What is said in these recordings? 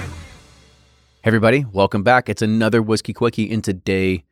Hey everybody, welcome back. It's another Whiskey Quickie, and today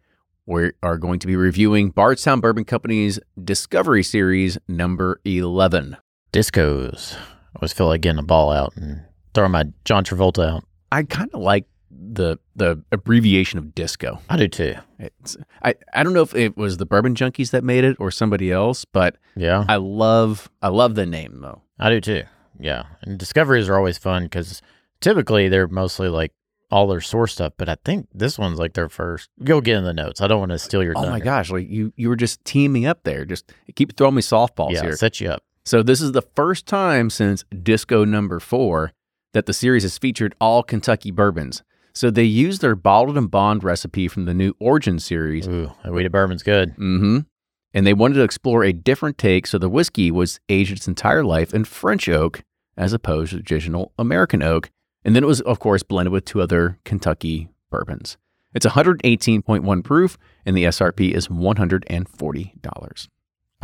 we are going to be reviewing Bardstown Bourbon Company's Discovery Series number 11. Discos. I always feel like getting a ball out and throwing my John Travolta out. I kind of like the the abbreviation of disco. I do too. It's, I, I don't know if it was the Bourbon Junkies that made it or somebody else, but Yeah. I love I love the name though. I do too. Yeah. And discoveries are always fun because typically they're mostly like all their source stuff, but I think this one's like their first. Go get in the notes. I don't want to steal your Oh my thunder. gosh, like you you were just teaming up there. Just keep throwing me softballs Yeah, here. set you up. So this is the first time since Disco number 4 that the series has featured all Kentucky bourbons. So they used their bottled and bond recipe from the new Origin series. Ooh, that weeded bourbon's good. Mhm. And they wanted to explore a different take so the whiskey was aged its entire life in French oak as opposed to traditional American oak. And then it was of course blended with two other Kentucky bourbons. It's 118.1 proof and the SRP is $140.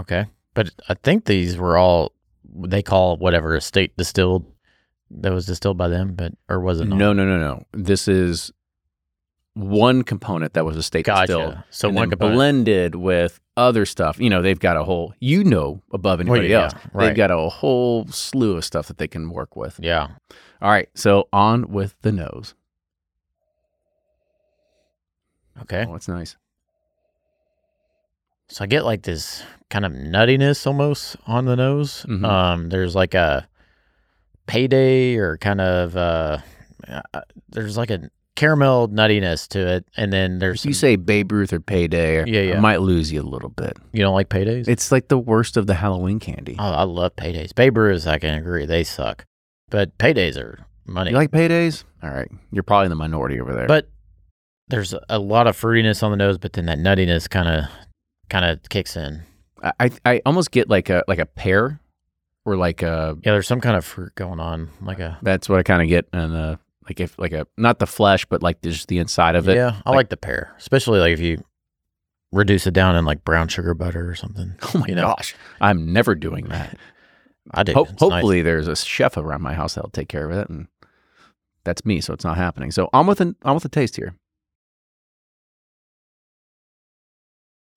Okay. But I think these were all they call whatever estate distilled that was distilled by them, but or was it not? No, no, no, no. This is one component that was a state Gotcha. distilled. So and one then component. blended with other stuff. You know, they've got a whole. You know, above Well, anybody yeah, else, right. they've got a whole slew of stuff that they can work with. Yeah. All right, so on with the nose. Okay. Oh, it's nice. So I get like this kind of nuttiness almost on the nose. Mhm. Um, there's like a payday or kind of uh, uh, there's like a caramel nuttiness to it, and then there's If you some- say Babe Ruth or Payday, Yeah, yeah. I might lose you a little bit. you don't like paydays. It's like the worst of the Halloween candy. oh, I love paydays. Babe Ruths, I can agree, they suck, but paydays are money. You like Paydays? All right, you're probably in the minority over there. but there's a lot of fruitiness on the nose, but then that nuttiness kind of kind of kicks in. I, I, I almost get like a like a pear, or like a Yeah, there's some kind of fruit going on, like a That's what I kind of get, and uh, like if like a not the flesh, but like just the inside of it. Yeah, I like, the pear, especially like if you reduce it down in like brown sugar butter or something. Oh my you know? gosh, I'm never doing that. I do. Ho- It's nice. hopefully, there's a chef around my house that'll take care of it, and that's me, so it's not happening. So I'm with an, I'm with the taste here.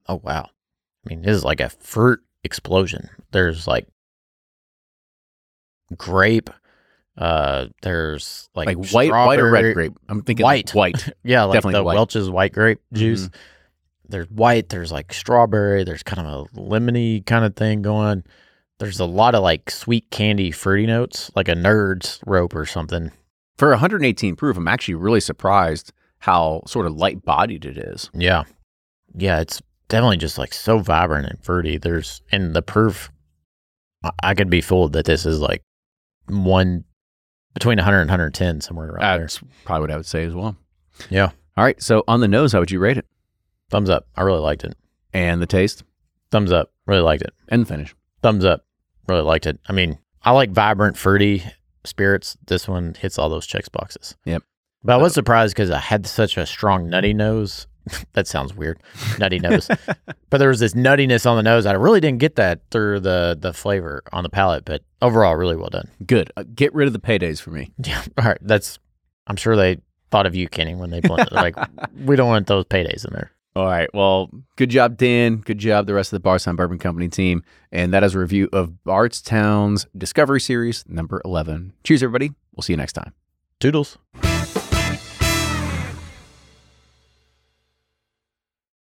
Oh wow, I mean, this is like a fruit explosion. There's like grape. Uh, there's like, Like, white, white or red strawberry- grape. I'm thinking White. white. Yeah, like Definitely the white. Mm-hmm. Welch's white grape juice. There's white. There's like strawberry. There's kind of a lemony kind of thing going. There's a lot of like sweet candy fruity notes, like a nerd's rope or something. For 118 proof, I'm actually really surprised how sort of light bodied it is. Yeah. Yeah, it's definitely just like so vibrant and fruity. There's and the proof I, I could be fooled that this is like one between 100 and 110 somewhere around That's probably what I would say as well. there. Yeah. All right, so on the nose, how would you rate it? Thumbs up. I really liked it. And the taste Thumbs up. Really liked it. and the finish. Thumbs up. Really liked it. I mean, I like vibrant fruity spirits. This one hits all those checks boxes. Yep. But I was surprised because I had such a strong nutty nose. that sounds weird, nutty nose. but there was this nuttiness on the nose. I really didn't get that through the the flavor on the palate. But overall, really well done. Good. Uh, get rid of the paydays for me. Yeah. All right. That's. I'm sure they thought of you, Kenny, when they blended. They're like, we don't want those paydays in there. All right. Well, good job, Dan. Good job, the rest of the Bardstown Bourbon Company team. And that is a review of Bardstown's Discovery Series number 11. Cheers, everybody. We'll see you next time. Toodles.